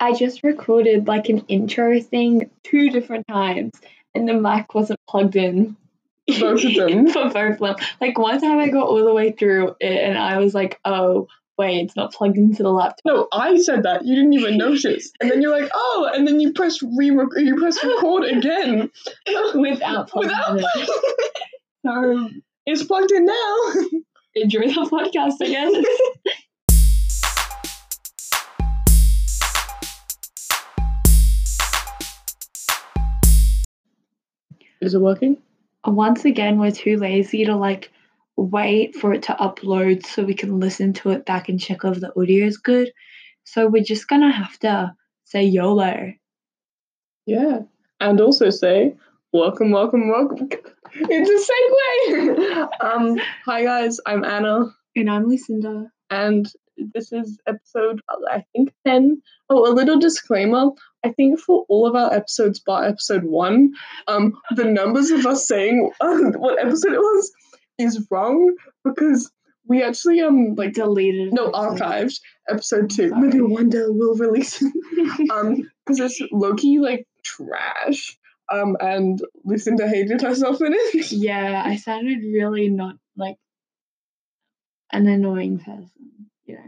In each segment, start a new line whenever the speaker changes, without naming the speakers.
I just recorded like an intro thing two different times and the mic wasn't plugged in.
Both of them?
For both of them. Like one time I got all the way through it and I was like, oh, wait, it's not plugged into the laptop.
No, I said that. You didn't even notice. And then you're like, oh, and then you press re you press record again.
Without plugging
Without
it in. So
It's plugged in now.
enjoy the podcast, I guess.
Is it working?
Once again, we're too lazy to like wait for it to upload so we can listen to it back and check if the audio is good. So we're just gonna have to say YOLO.
Yeah. And also say, welcome, welcome, welcome. It's a segue. um, hi guys, I'm Anna,
And I'm Lucinda.
and this is episode I think ten. Oh, a little disclaimer. I think for all of our episodes, bar episode one, um, the numbers of us saying what episode it was is wrong because we actually um like
Deleted.
no
episode.
archived episode two.
Sorry.
Maybe one day we'll release it um because it's Loki like trash. Um and Lucinda hated herself in it.
yeah, I sounded really not like an annoying person, you know.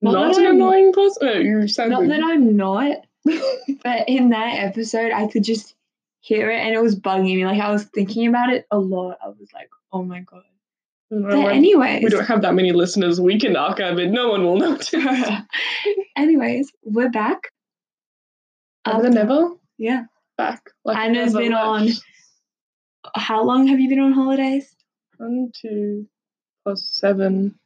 Not
Not
that
an
I'm-
annoying person. No, you
Not
sounded
that I'm not, but in that episode, I could just hear it and it was bugging me. Like, I was thinking about it a lot. I was like, oh my God.
And I'm
But,
like,
anyways,
we don't have that many listeners. We can archive it. No one will notice.
anyways, we're back.
Other
After-
than ever,
Yeah.
back. Like
Anna's
never
been on
left.
How long have you been on holidays?
one, two, plus seven.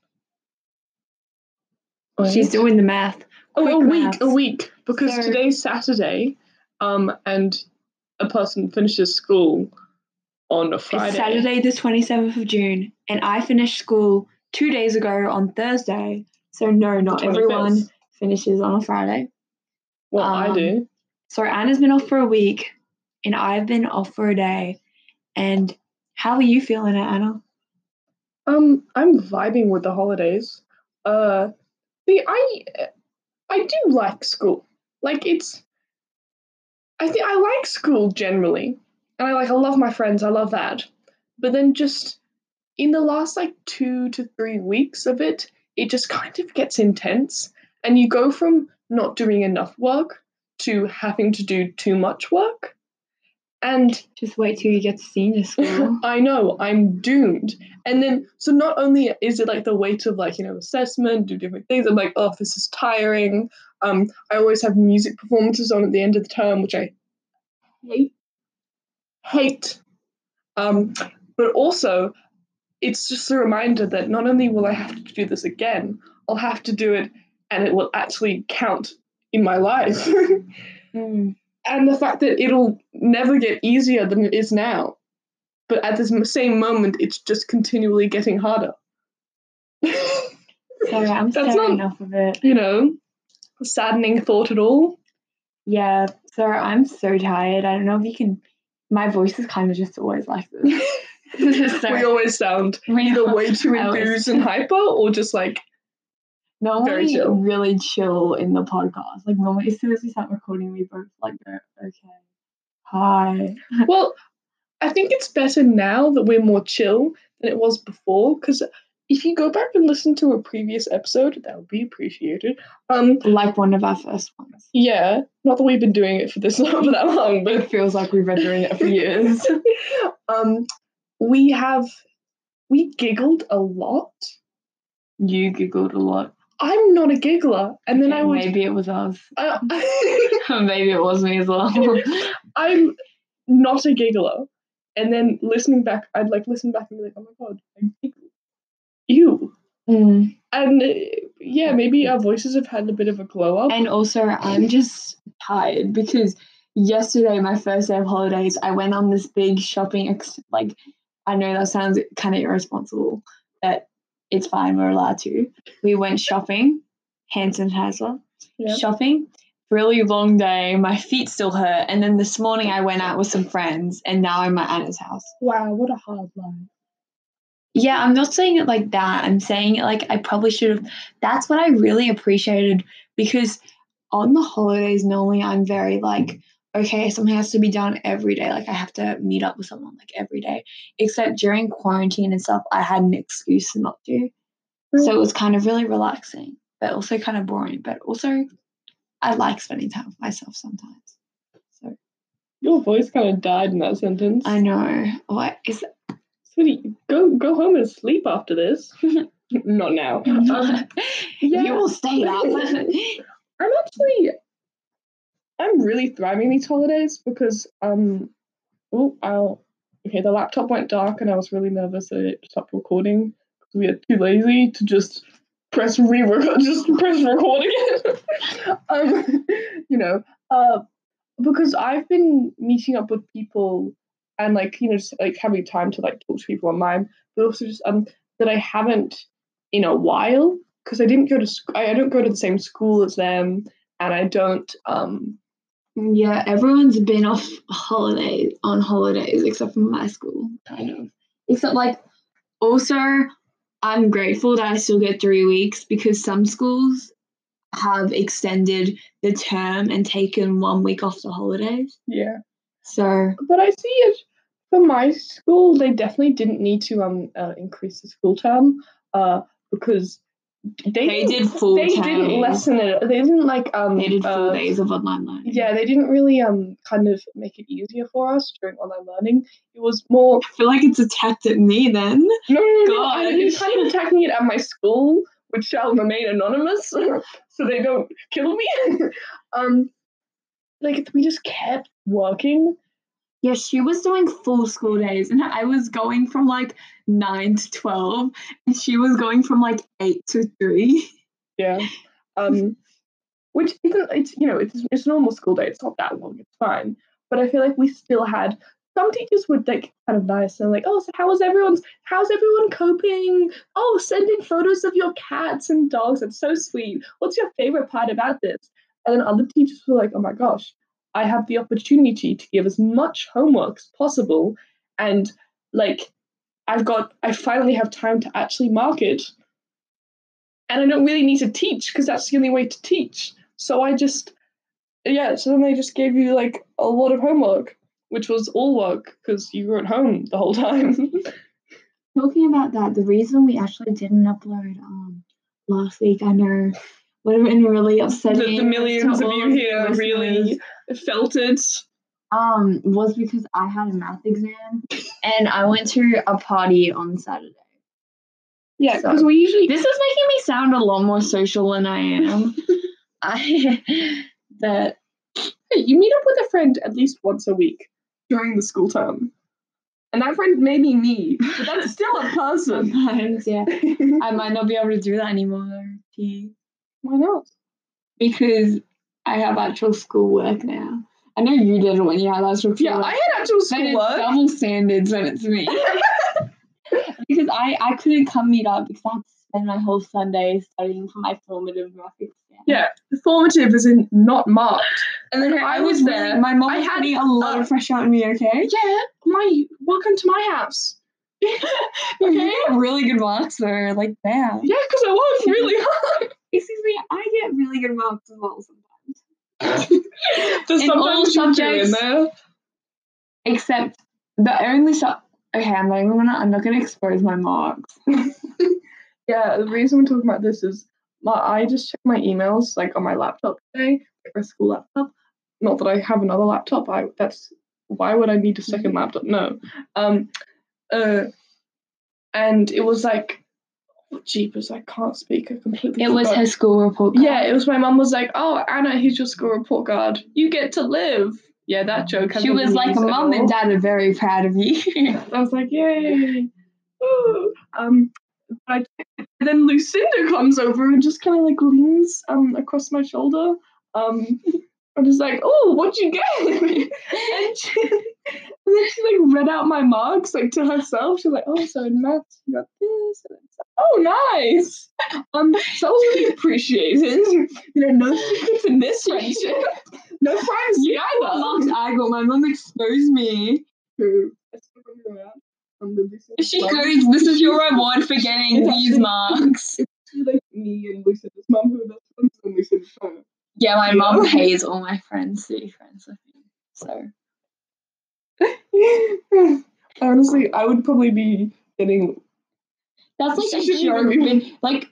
She's
Wait.
doing the math.
Oh, a
quick
week,
maths.
a week, because
So-
today's Saturday, um, and a person finishes school on a Friday.
It's Saturday, the 27th of June, and I finished school two days ago on Thursday. So, no,
the
not
25th.
everyone finishes on a Friday.
Well, I
um,
do.
So, Anna's been off for a week, and I've been off for a day. And how are you feeling, Anna?
Um, I'm vibing with the holidays. Uh, see, I, I do like school. Like it's, I think I like school generally, and I like I love my friends. I love that, but then just in the last like two to three weeks of it, it just kind of gets intense, and you go from not doing enough work to having to do too much work, and
Just wait till you get to senior school.
I know, I'm doomed. And then, so not only is it like the weight of like, you know, assessment, do different things, I'm like, oh, this is tiring. Um, I always have music performances on at the end of the term, which I hate. Hate. Um, but also, it's just a reminder that not only will I have to do this again, I'll have to do it and it will actually count in my life.
Mm.
and the fact that it'll never get easier than it is now. But at this m- same moment, it's just continually getting harder. you
Sorry, I'm
That's
staring enough
not-
of it.
know, saddening thought at all.
Yeah, so I'm so tired. I don't know if you can. My voice is kind of just always like this.
We
so,
always sound
we
either way too
I always-
enthused and hyper, or just like, very
normally
chill.
really chill in the podcast. Like normally, as soon as we start recording, we both like go, okay, hi.
well, I think it's better now that we're more chill than it was before. Because if you go back and listen to a previous episode, that would be appreciated. Um,
Like one of our first ones.
yeah, not that we've been doing it for this long for that long, but
It feels like we've been doing it for years.
um, we have we giggled a lot.
you giggled a lot,
I'm not a giggler, and then I would.
maybe it was us.
I,
maybe it was me as well.
I'm not a giggler, and then listening back, I'd like listen back and be like, "Oh my god, I giggled." You
Mm.
and uh, yeah, maybe our voices have had a bit of a glow up.
And also, I'm just tired because yesterday, my first day of holidays, I went on this big shopping. Ex- like, I know that sounds kind of irresponsible, but it's fine. We're allowed to. We went shopping, Hanson Hazler
Yeah.
shopping. Really long day. My feet still hurt. And then this morning, I went out with some friends, and now I'm at Anna's house.
Wow, what a hard line.
Yeah, I'm not saying it like that. I'm saying it like I probably should have. That's what I really appreciated because on the holidays, normally I'm very like, okay, something has to be done every day. Like I have to meet up with someone like every day. Except during quarantine and stuff, I had an excuse to not do. So it was kind of really relaxing, but also kind of boring. But also, I like spending time with myself sometimes. So
Your voice kind of died in that sentence.
I know what is
Sweetie, go go home and sleep after this. Not now. Um, yeah,
you will stay up.
I'm actually, I'm really thriving these holidays because um, oh, I'll okay. The laptop went dark and I was really nervous that it stopped recording because we are too lazy to just press re-record, just press record again. um, you know, uh, because I've been meeting up with people and like you know just like having time to like talk to people online, but also just um that I haven't in a while because I didn't go to sc- I, I don't go to the same school as them, and I don't um
Yeah, everyone's been off holidays on holidays except for my school, kind of. Except like also I'm grateful that I still get three weeks because some schools have extended the term and taken one week off the holidays.
yeah.
So
But I see it for my school. They definitely didn't need to um uh, increase the school term uh because they
They
didn't-
did full
they
term.
didn't lessen it. They didn't like um
they did four
uh,
days of online learning.
Yeah, they didn't really um kind of make it easier for us during online learning. It was more
I feel like it's attacked at me then.
no no no. no, I mean,
Gosh.
it's kind of attacking it at my school, which shall remain anonymous, so they don't kill me. um, like we just kept working.
Yeah, she was doing full school days, and I was going from like nine to twelve, and she was going from like eight to three.
Yeah. Um, which isn't it's you know it's it's a normal school day. It's not that long. It's fine. But I feel like we still had some teachers would like kind of nice and like oh so how was everyone's how's everyone coping? Oh, send in photos of your cats and dogs. That's so sweet. What's your favorite part about this? And then other teachers were like oh my gosh, I have the opportunity to give as much homework as possible, and like I've got I finally have time to actually mark it and I don't really need to teach because that's the only way to teach. So I just, yeah. So then they just gave you like a lot of homework, which was all work because you were at home the whole time.
Talking about that, the reason we actually didn't upload um last week, I know would have been really
the,
upsetting.
the millions
to
of
all
you here
listeners,
really felt it.
um was because I had a math exam and I went to a party on Saturday.
Yeah,
So-
because we usually
This is making me sound a lot more social than I am. I that
Hey, you meet up with a friend at least once a week during the school term, and that friend may be me, but that's still a person.
sometimes, yeah. I might not be able to do that anymore T,
Why not?
because I have actual schoolwork now. I know you did it when you had actual schoolwork.
Yeah, I had actual
Then it's
schoolwork.
double standards when it's me. because I, I couldn't come meet up because I had to spend my whole Sunday studying for my formative math exam.
Yeah, formative is in not marked. And then I, was
really-
there.
my mom
I
was
had-
putting a lot
uh,
of pressure on me, okay?
yeah, my welcome to my house. Mm-hmm.
You get really good marks though, like damn.
Yeah, because I worked really hard.
Excuse me, I get really good marks as well sometimes.
There's
In all
sometimes you do
subjects-
there.
Except the only so okay, I'm not even gonna I'm not gonna expose my marks.
Yeah, the reason we're talking about this is my I just checked my emails like on my laptop today, like my school laptop. Not that I have another laptop. I that's why would I need a second laptop? No. Um, uh, and it was like, oh, jeepers, I can't speak. I completely.
It was
forgot.
her school report. card.
Yeah, it was my mum was like, "Oh, Anna, here's your school report card. You get to live." Yeah, that joke.
She
hasn't
was
been
like,
used at
Mum
all."
and Dad are very proud of you.
I was like, "Yay!" Woo. Um, but and then Lucinda comes over and just kind of like leans um across my shoulder, um, and is like, "Oh, what'd you get?" and, she, and then she like read out my marks like to herself. She's like, "Oh, so in maths you got this." And it's like, oh, nice. Um, so that was really appreciated. You know, no secrets in this friendship. No privacy
You
either.
Marks I got my mum exposed me.
True. I still remember that. Um, the Lucinda
She
mum.
goes, This is your reward for getting
It's
these
actually-
marks.
It's actually like me and Lucinda's mom who are best friends, and Lucinda's friend.
Yeah, my
Yeah.
mum pays all my friends to be friends with me. So
Honestly, I would probably be getting.
that's like a
She's young.
huge like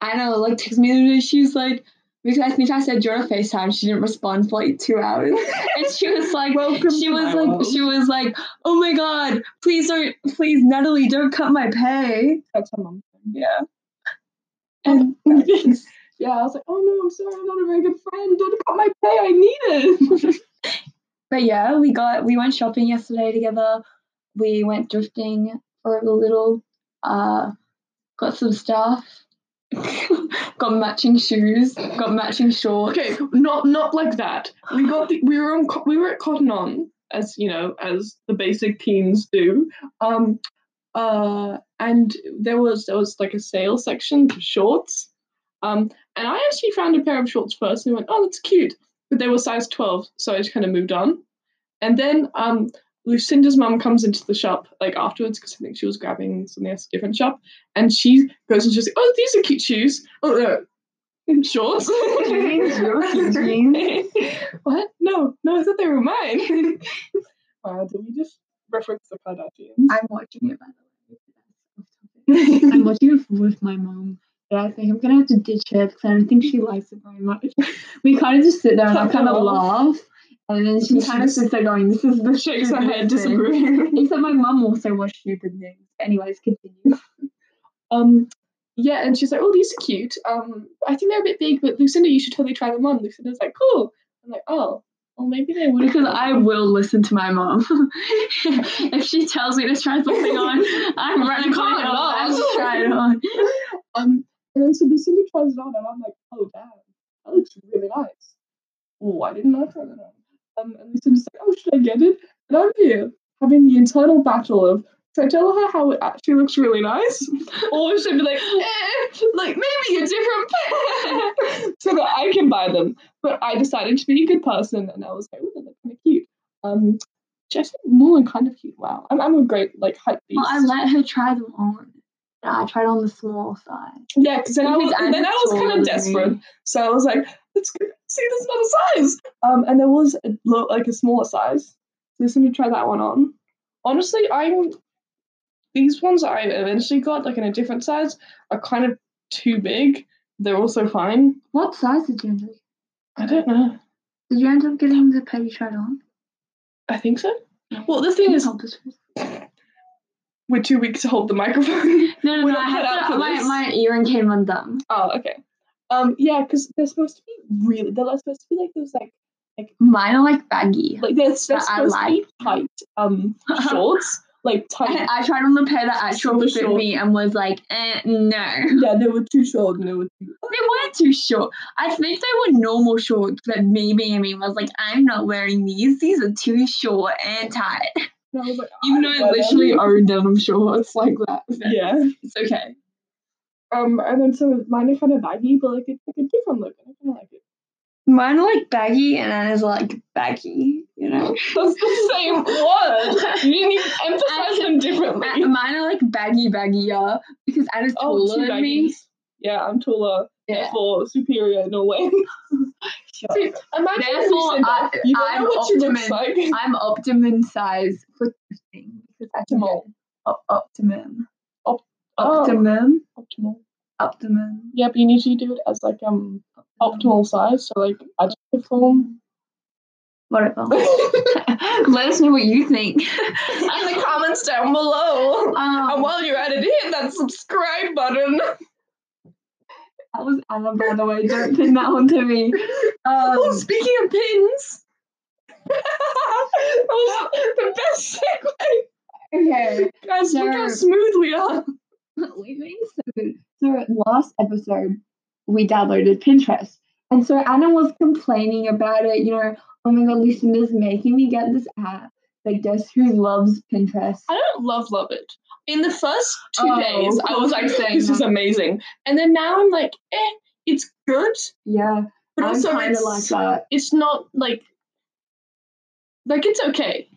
I know, like text me the other day, she's like because I think I said you're on FaceTime, she didn't respond for like two hours. And she was like
Welcome
she
to
was
my
like
world.
she was like, Oh my god, please don't please Natalie, don't cut my pay.
That's her mum.
Yeah.
And
And
Oh, yeah, I was like, oh no, I'm sorry, I'm not a very good friend. Don't cut my pay. I need it.
But yeah, we got we went shopping yesterday together. We went drifting for a little. Uh, got some stuff. got matching shoes. Got matching shorts.
okay, not not like that. We got the, we were on Co- we were at Cotton On as you know as the basic teens do. Um, uh, and there was there was like a sale section for shorts. Um, and I actually found a pair of shorts first and went, oh, that's cute. But they were size twelve, so I just kind of moved on. And then um, Lucinda's mum comes into the shop like afterwards because I think she was grabbing something else, a different shop, and she goes and she's like, oh, these are cute shoes. Oh, no. Shorts.
Jeans, your cute jeans.
what? No, no, I thought they were mine. wow, did we just reference the Kardashians?
I'm watching it by the way. I'm watching it with my mom. But I think I'm gonna have to ditch her because I don't think she likes it very much. We kind of just sit there and I kind of laugh, and then she kind of sits there going, "This is the
Shakes her head,
stupidest thing."
disapproves.
Except my mum also watched stupid things. Anyways, continue.
um, yeah, and she's like, "Oh, these are cute. Um, I think they're a bit big, but Lucinda, you should totally try them on." Lucinda's like, "Cool." I'm like, "Oh, well, maybe they would."
Because I will listen to my mom. if she tells me to try something on, I'm running
can't
my mom. I
not.
will try it on.
Um, and then so Lucinda tries it on, and I'm like, oh damn, that looks really nice. Oh, why didn't I try that on? Um, and Lucinda's like, oh, should I get it? And I'm here having the internal battle of should I tell her how it actually looks really nice, or should I be like, eh, like maybe a different pair, so that I can buy them? But I decided to be a good person, and I was like, oh, they look kind of cute. Um, just more kind of cute. Wow, I'm, I'm a great like hype beast.
Well, I let her try them on. No, I tried on the small size.
yeah, because then I was
Because I'm
then I was
taller
kind
than
of desperate.
me.
So I was like, let's go see this another size. Um, and there was a, lo- like a smaller size. So I to try that one on. Honestly, I'm these ones I eventually got like in a different size are kind of too big. They're also fine.
What size did you end up?
I don't know.
Did you end up getting the pair you tried on?
I think so. Well, the thing
Can you
is,
help us with-
we're too weak to hold the microphone.
No, no,
we're
no.
not
I
cut out
had
for
to, my,
this.
my earring came undone.
oh, okay. Um, yeah, because they're supposed to be really. They're supposed to be like those like
Mine are like baggy.
like they're, they're
That I
supposed to be tight um shorts like tight
I tried on the pair that actually
Super
fit
short.
me and was like, eh, no.
Yeah, they were too short and they were too.
They weren't too short. I think they were normal shorts, but maybe I mean was like, I'm not wearing these. These are too short and tight.
And I was like, "Oh,
Even though I literally own denim shorts like that.
Yeah.
It's okay.
Um, and then so mine are kind of baggy, but like it's like a different look, and I kind of like it.
Mine are like baggy and Anna's like baggy, you know?
That's the same word. You didn't even emphasize them
A-
differently.
Uh, Mine are like baggy, baggier because Anna's
Oh,
taller
two
than me.
baggies. Yeah, I'm taller.
Yeah.
Therefore, superior in a way. See, imagine if you
Therefore,
said that.
I-
You don't
I'm
know what you look
optimum.
like.
I'm optimum size for drifting because I can
Optimal.
get op- optimum.
Op- oh.
optimum.
Optimal.
Optimum.
Yeah, but you need to do it as like um optimal size, so like adjective form.
Whatever.
In
Let us know what you think.
the comments down below. And
Um,
while you're at it, hit that subscribe button.
that was Anna, by the way. Don't pin that one to me.
oh,
Um,
speaking of pins, that was the best segue.
okay.
Guys, look how
So-
smooth we are.
We've been so good. So last episode, we downloaded Pinterest. And so Anna was complaining about it, you know, oh my god, Lucinda's making me get this app. But guess who loves Pinterest?
I don't love love it. In the first two
Oh,
days, I was like,
saying
this is
that.
amazing. And then now I'm like, eh, it's good,
Yeah,
but
I'm
also
kind
it's,
of like that.
it's not like, like it's okay.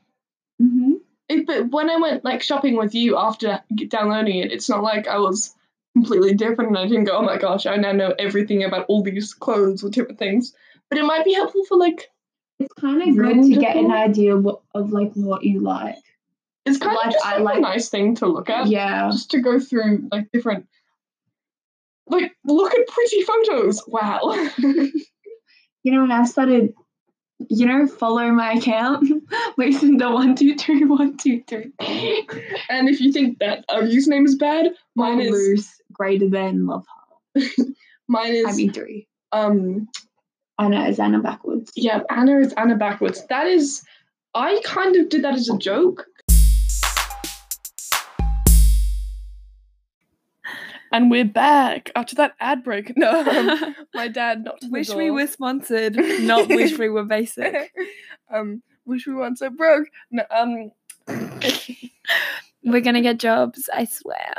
hmm
It, but when I went like shopping with you after downloading it, it's not like I was
completely different and I didn't go, oh my gosh, I now know everything about all these clothes or different things. But it might be helpful for like
It's kind of good to get an idea wh- of like what you like.
it's kind
Like,
of just
I
like, a
like-
nice thing to look at.
Yeah.
Just to go through like different like look at pretty photos. Wow.
You know, when I started, you know, follow my account, listen to one two three one two three.
and if you think that our username is bad, mine
Mine
is
loose greater than love heart.
mine
I
is
mean three.
um
I know it's Anna backwards.
yeah, Anna is Anna backwards. That is I kind of did that as a joke.
And we're back after that ad break. No, um, my dad knocked on the
wish
door.
we were sponsored, not wish we were basic.
um, wish we weren't so broke. No, um,
We're gonna get jobs, I swear.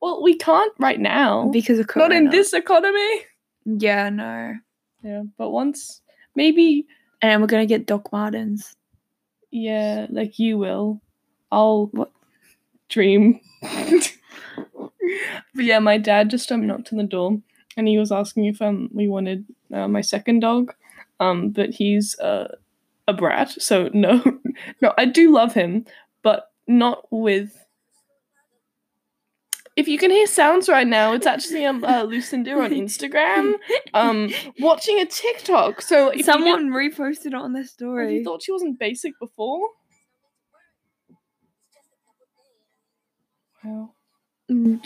well, we can't right now.
Because of
Not
corona.
in this economy.
Yeah, no.
Yeah, but once maybe
And then we're gonna get Doc Martens.
yeah, like you will. I'll
What?
dream. but yeah, my dad just um knocked on the door and he was asking if um we wanted uh, my second dog, um but he's uh, a brat, so no, no, I do love him, but not with. If you can hear sounds right now, it's actually um uh, Lucinda on Instagram, um watching a TikTok. So if you can-
Someone reposted it on their
Well,
story.
you thought she wasn't basic before? Wow.
Mm.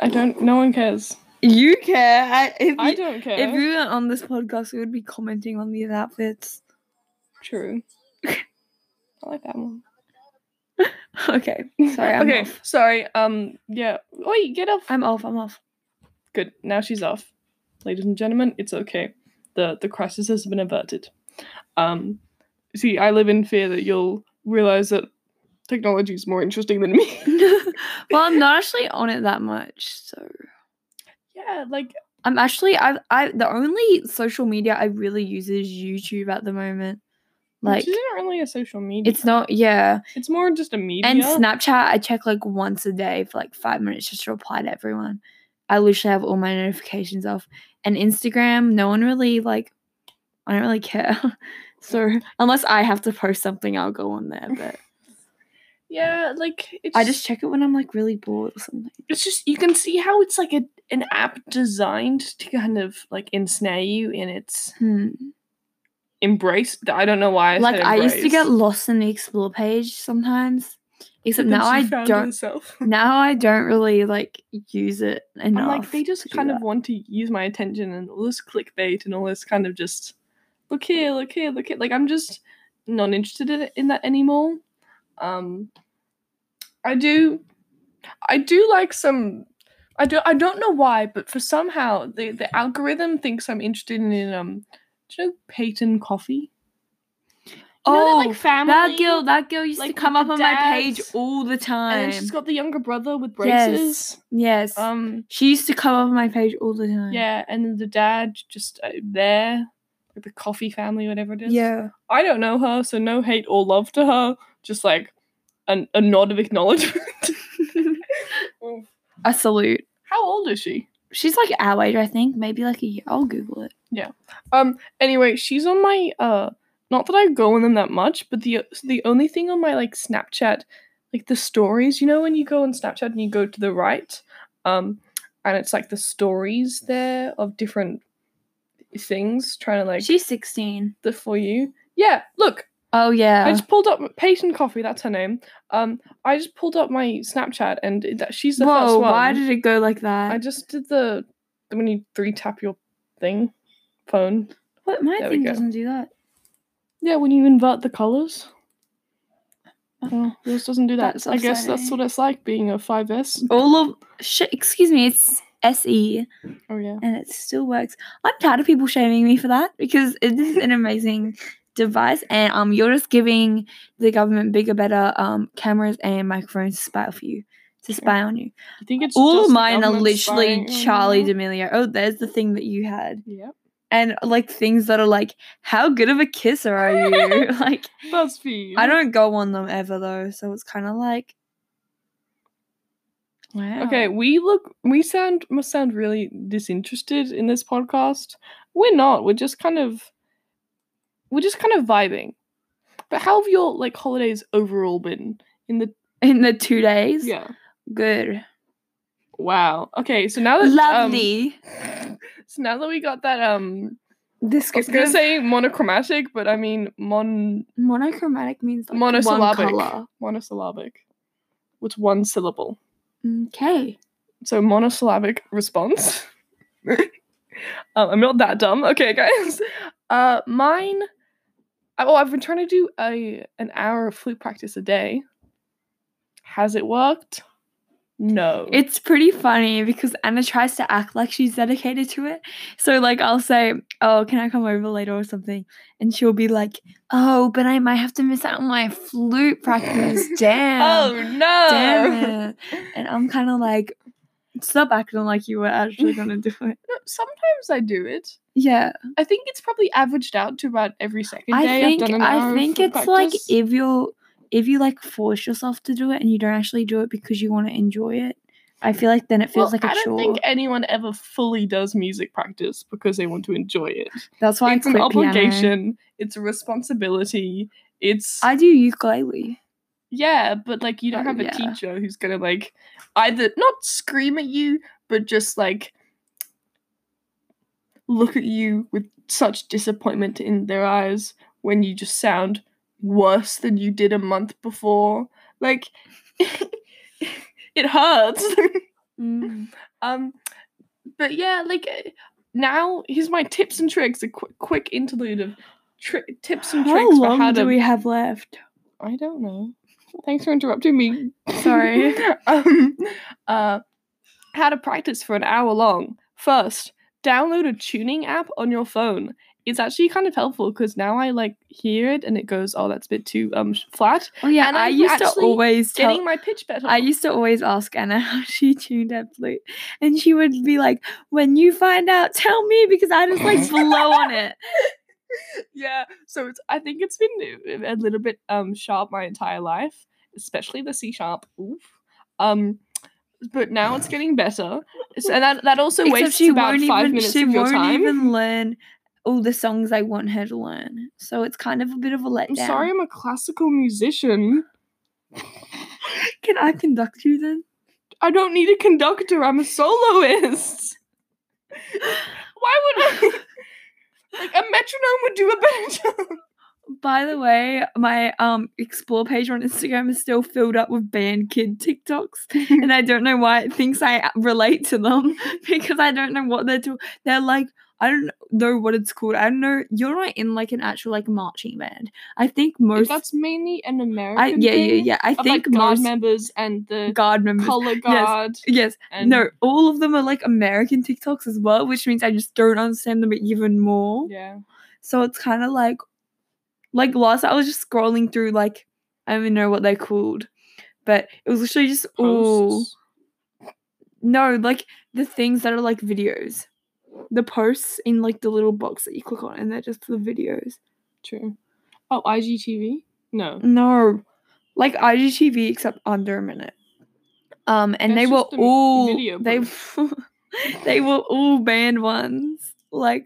I don't. No one cares.
You care. I, if,
I
you-
don't care.
if we weren't on this podcast, we would be commenting on these outfits.
True. I like that one.
Okay. Sorry, I'm
okay.
off.
Sorry. Um. Yeah. Wait. Get off.
I'm off. I'm off.
Good. Now she's off. Ladies and gentlemen, it's okay. The the crisis has been averted. Um. See, I live in fear that you'll realize that technology is more interesting than me.
well, I'm not actually on it that much, so
yeah. Like.
I'm actually I I the only social media I really use is YouTube at the moment. Like
Like. She's not really a social media.
it's not yeah.
It's more just a media.
And Snapchat, I check like once a day for like five minutes just to reply to everyone. I literally have all my notifications off. And Instagram, no one really like. I don't really care. so unless I have to post something, I'll go on there. But
Yeah, like it's
I just check it when I'm like really bored or something.
it's just you can see how it's like a an app designed to kind of like ensnare you in its
Hmm.
embrace. I don't know why I
Like
said
I used to
embrace.
get lost in the explore page sometimes. Except
But then
now I
she found
don't.
Herself.
Now I don't really like use it enough.
I'm like they
to
just
do
kind of
that.
want to use my attention and all this clickbait and all this kind of just look here, look here, look here. Like I'm just not interested in, in that anymore. Um, I do, I do like some. I don't. I don't know why, but for somehow the the algorithm thinks I'm interested in um. Do you know Peyton Coffee? You know that, like family.
Oh, That girl, that girl used
like,
to come
with
up
the
on my page
dads,
all the
and
time.
then she's got the younger brother with
Yes.
braces.
yes,
Um.
she used to come up on my page all the time.
Yeah, and then the dad just uh, there, like the coffee family, whatever it is. I don't know her, so no hate or love to her. Just like an, a nod of acknowledgement. Oof.
a salute.
How old is she?
She's like our age, I think, maybe like a year. I'll Google it.
Um. Anyway, she's on my uh. Not that I go on them that much, but the the only thing on my like Snapchat, like the stories. You know when you go on Snapchat and you go to the right, um, and it's like the stories there of different things trying to like
She's sixteen.
the for you. Yeah. Look,
Oh
I
yeah,
just pulled up Peyton Coffee. That's her name. Um, I just pulled up my Snapchat and it- that she's the first
whoa!
one.
Why did it go like that?
I just did the when you three tap your thing phone.
what my
There we
thing
go.
doesn't do that.
Yeah, when you invert the colors. Oh, yours doesn't do that.
That's
I guess that's what
upsetting.
it's like being a 5S.
All of shit. Excuse me, it's se,
Oh yeah.
and it still works. I'm tired of people shaming me for that because it is an amazing device, and um, you're just giving the government bigger, better um cameras and microphones to spy for you, to spy on you.
I think it's
All
just
of
the
mine are
government
literally
spying on
Charlie
you.
D'Amelio. Oh, there's the thing that you had.
Yep.
And like things that are like, how good of a kisser are you? like,
BuzzFeed.
I don't go on them ever though. So it's kind of like, Wow.
Okay, we look we sound must sound really disinterested in this podcast. We're not. We're just kind of we're just kind of vibing. But how have your like holidays overall been in the
In the two days?
Yeah.
Good.
Wow. Okay, so now that um,
Lovely.
so now that we got that um I was
Descriptive.
gonna say monochromatic, but I mean mon
monochromatic means like
monosyllabic.
one color.
monosyllabic. What's one syllable?
Okay.
So monosyllabic response. um, I'm not that dumb. Okay, guys. Uh, mine. I- Oh, I've been trying to do a an hour of flute practice a day. Has it worked? No.
It's pretty funny because Anna tries to act like she's dedicated to it. So like I'll say, "Oh, can I come over later or something?" and she'll be like, "Oh, but I might have to miss out on my flute practice. Damn.
oh no.
Damn it." And I'm kind of like, "Stop acting like you were actually going to do it."
No, Sometimes I do it.
Yeah.
I think it's probably averaged out to about every second
I
day.
think
I've done an hour
I
of
think
flute
it's like
practice.
if you're if you like force yourself to do it and you don't actually do it because you want to enjoy it, I feel like then it feels
well,
like a
I don't
chore.
think anyone ever fully does music practice because they want to enjoy it.
That's why
it's
I
an
quit
obligation.
Piano.
It's a responsibility. It's
I do ukulele.
yeah, but like you don't
Oh,
have a
yeah.
teacher who's gonna like either not scream at you, but just like look at you with such disappointment in their eyes when you just sound worse than you did a month before. Like it hurts. Um, but yeah, like eh, now here's my tips and tricks. A quick, quick interlude of tri- tips and
How
tricks for how
long
to.
do we have left?
I don't know. Thanks for interrupting me.
Sorry.
um, uh, how to practice for an hour long. First, download a tuning app on your phone. It's actually kind of helpful because now I like hear it and it goes, oh, that's a bit too um sh- flat.
Oh yeah,
And
I
I'm
used to
actually
always tell.
Getting my pitch better.
I used to always ask Anna how she tuned her flute, and she would be like, "When you find out, tell me because I just like blow on it."
yeah so it's i think it's been a a little bit um sharp my entire life especially the c sharp oof um but now it's getting better So- and that, that also
Except
wastes
she
about
won't
five
even.
minutes
she
of your
won't
time
even learn all the songs I want her to learn. So it's kind of a bit of a letdown.
i'm sorry i'm a classical musician
Can I conduct you then?
i don't need a conductor i'm a soloist why would i like a metronome would do a better job
By the way, my um explore page on Instagram is still filled up with band kid TikToks, and I don't know why it thinks I relate to them because I don't know what they're doing. They're like, I don't know what it's called. I don't know. You're not in like an actual like marching band. I think most.
that's mainly an american
I yeah yeah
thing
yeah. I
of, like
think
guard
most
members and the
guard members.
color guard
yes,
and
no, all of them are like American TikToks as well, which means I just don't understand them even more.
yeah
So it's kind of like, like last I was just scrolling through like I don't even know what they're called, but it was literally just all
posts.
no like the things that are like videos, the posts in like the little box that you click on, and they're just the videos.
True. Oh, IGTV? No.
No, like IGTV except under a minute. Um, and
That's
they were
just a m-
all
video
they they were all banned ones. Like,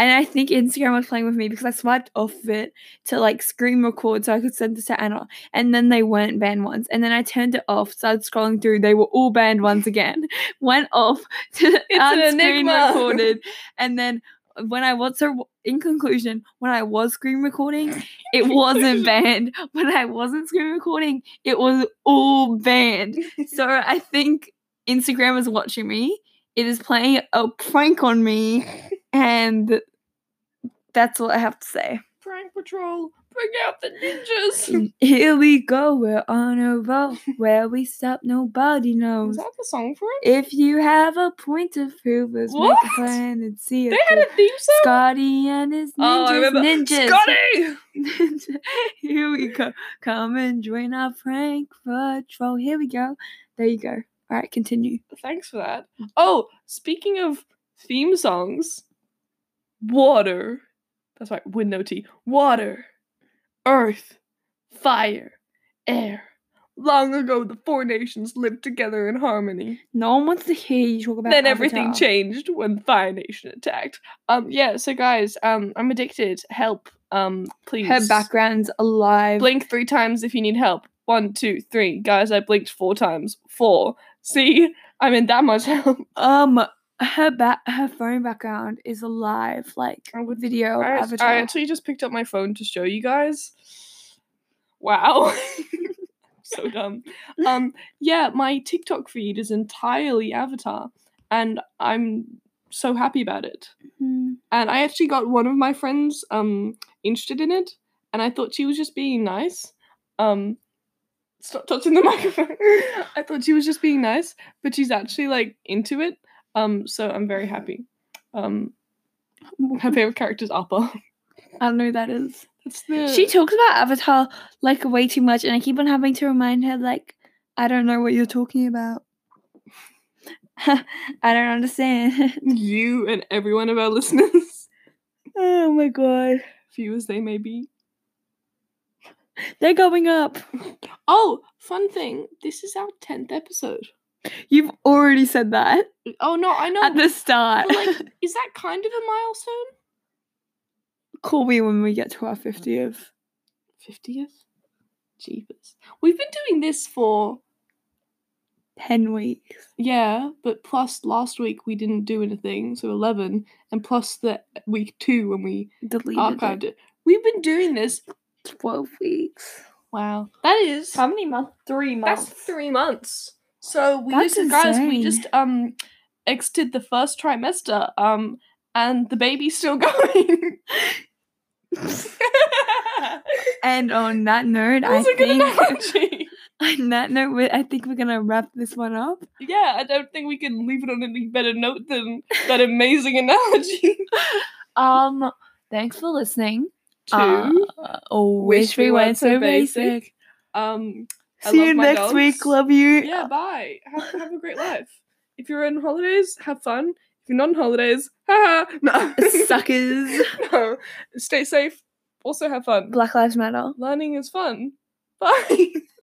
and I think Instagram was playing with me because I swiped off of it to like screen record so I could send this to Anna, and then they weren't banned ones. And then I turned it off, started scrolling through. They were all banned ones again. Went off to
It's an
unscreen
enigma.
recorded, and then when I was so in conclusion, when I was screen recording, it wasn't banned. When I wasn't screen recording, it was all banned. So I think Instagram is watching me. It is playing a prank on me, and that's all I have to say.
Prank Patrol, bring out the ninjas.
Here we go, we're on a roll. Where we stop, nobody
Was
knows.
that the song for it?
If you have a point of view, let's
What?
make a plan and see
They
if
had
it-
a theme song.
Scotty and his ninjas,
Oh, I remember.
ninjas.
Scotty!
Ninja- Here we go. Come and join our prank patrol. Here we go. There you go. All right, continue.
Thanks for that. Oh, speaking of theme songs, water. That's right, wind no tea. Water, earth, fire, air, Long ago, the four nations lived together in harmony.
No one wants to hear you talk about.
then everything
Avatar.
changed when Fire Nation attacked. Um, yeah. So guys, um, I'm addicted. Help. Um, please.
Her background's alive.
Blink three times if you need help. One, two, three. Guys, I blinked four times. Four. See, I'm in that much help.
Um, her back, her phone background is alive, like
I would-
video
I, act-
avatar.
I actually just picked up my phone to show you guys. Wow. so dumb. Um yeah, my TikTok feed is entirely avatar and I'm so happy about it.
Mm.
And I actually got one of my friends um interested in it and I thought she was just being nice. Um stop touching the microphone. I thought she was just being nice, but she's actually like into it. Um so I'm very happy. Um her favorite character is Appa.
I don't know who that is.
That's the
She talks about Avatar like way too much, and I keep on having to remind her, like, I don't know what you're talking about. I don't understand.
you and every one of our listeners,
oh my god,
few as they may be.
they're going up.
Oh, fun thing! This is our tenth episode.
You've already said that
Oh no, I know.
at the start.
but, like, is that kind of a milestone?
Call me when we get to our fiftieth.
Fiftieth, jeepers! We've been doing this for
Ten weeks.
yeah, but plus last week we didn't do anything, so eleven, and plus the week two when we
Deleted.
archived it. We've been doing this.
it. Twelve weeks.
Wow, that is
many months? Three
That's three months. So we
That's
just guys, we
insane.
just um exited the first trimester, um, and the baby's still going.
And on that note, I
That's a good
think
analogy.
on that note, we- I think we're gonna wrap this one up.
Yeah, I don't think we can leave it on any better note than that amazing analogy.
Um, thanks for listening.
Two.
Uh, wish we weren't so basic.
Um, I
See
love
you
my
next week.
dogs.
Love you.
yeah, bye. Have, have a great life. If you're on holidays, have fun. If you're not on holidays, haha, no.
Suckers.
no. Stay safe. Also have fun.
Black Lives Matter.
Learning is fun. Bye.